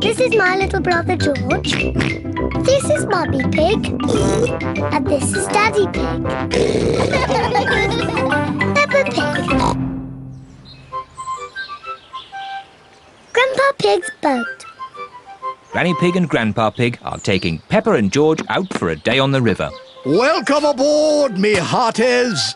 This is my little brother George. This is Mummy Pig. And this is Daddy Pig. Peppa Pig. Grandpa Pig's boat. Granny Pig and Grandpa Pig are taking Pepper and George out for a day on the river. Welcome aboard, me hearties.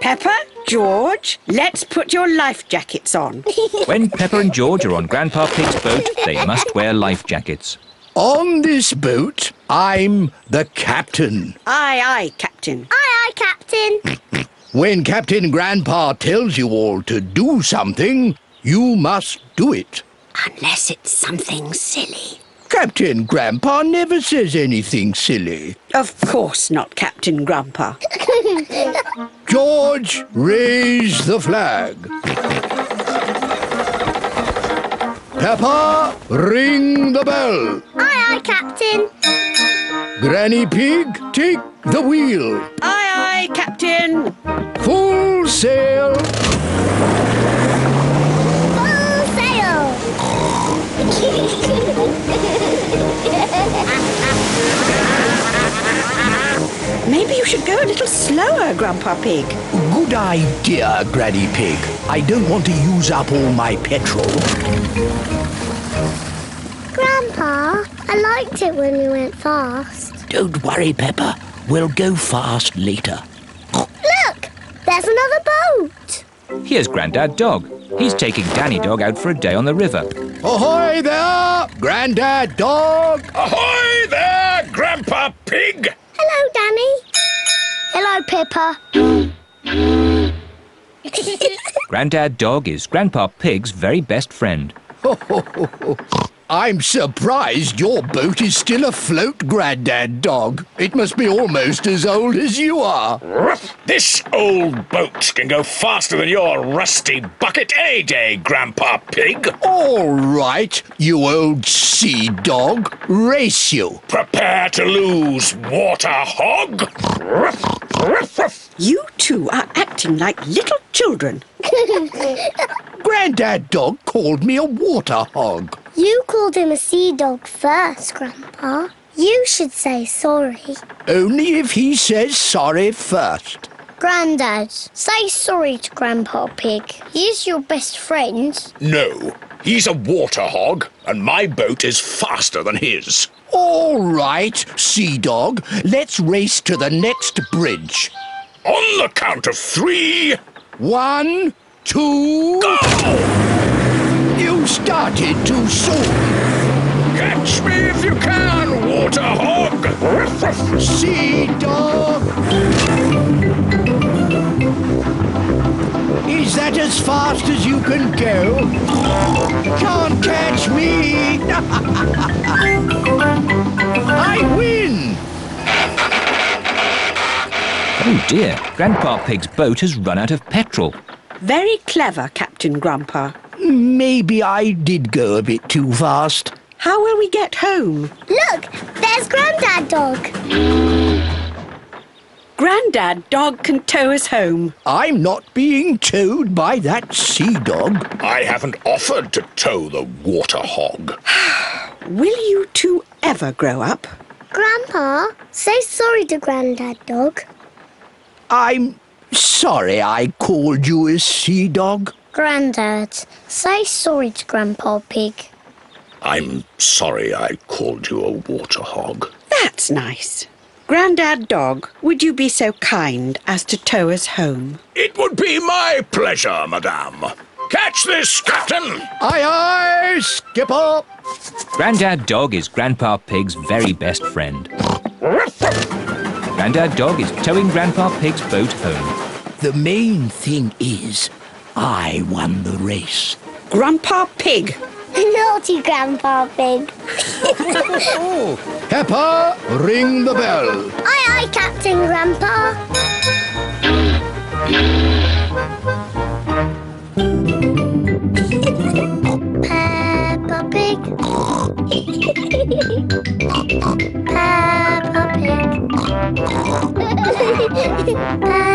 Pepper, George, let's put your life jackets on. When Pepper and George are on Grandpa Pig's boat, they must wear life jackets. On this boat, I'm the captain. aye, aye, Captain. Aye, aye, Captain. When Captain Grandpa tells you all to do something, you must do it. Unless it's something silly. Captain Grandpa never says anything silly. Of course not, Captain Grandpa. George, raise the flag. Peppa, ring the bell. Aye, aye, Captain. Granny Pig, take the wheel. Aye, aye, Captain. Full sail. Full sail. Maybe you should go a little slower, Grandpa Pig. Good idea, Granny Pig. I don't want to use up all my petrol. Grandpa, I liked it when we went fast. Don't worry, Pepper. We'll go fast later. Look, there's another boat. Here's Grandad Dog. He's taking Danny Dog out for a day on the river. Ahoy there, Grandad Dog. Ahoy there, Grandpa Pig! Hello, Danny. Hello, Pippa. Grandad Dog is Grandpa Pig's very best friend. I'm surprised your boat is still afloat, Grandad Dog. It must be almost as old as you are. Ruff! This old boat can go faster than your rusty bucket any day, Grandpa Pig. All right, you old sea dog. Race you. Prepare to lose, water hog. Ruff, ruff, ruff. You two are acting like little children. Grandad Dog called me a water hog. You called him a sea dog first, Grandpa. You should say sorry. Only if he says sorry first. Grandad, say sorry to Grandpa Pig. He's your best friend. No, he's a water hog, and my boat is faster than his. All right, sea dog. Let's race to the next bridge. On the count of three, One, two. go! You started too soon. Catch me if you can, water hog. Ruff, ruff. Sea dog. Is that as fast as you can go? Can't catch me. I win. Oh dear, Grandpa Pig's boat has run out of petrol. Very clever, Captain Grandpa. Maybe I did go a bit too fast. How will we get home? Look, there's Grandad Dog. Grandad Dog can tow us home. I'm not being towed by that sea dog. I haven't offered to tow the water hog. Will you two ever grow up? Grandpa, say sorry to Grandad Dog. I'm sorry I called you a sea dog. Grandad, say sorry to Grandpa Pig. I'm sorry I called you a water hog. That's nice. Grandad Dog, would you be so kind as to tow us home? It would be my pleasure, madame. Catch this, Captain! Aye, aye, skipper. Grandad Dog is Grandpa Pig's very best friend. Grandad Dog is towing Grandpa Pig's boat home. The main thing is, I won the race. Grandpa Pig. Naughty Grandpa Pig. Pepper, ring the bell. Aye, aye, Captain Grandpa. Peppa Pig. Peppa Pig. Peppa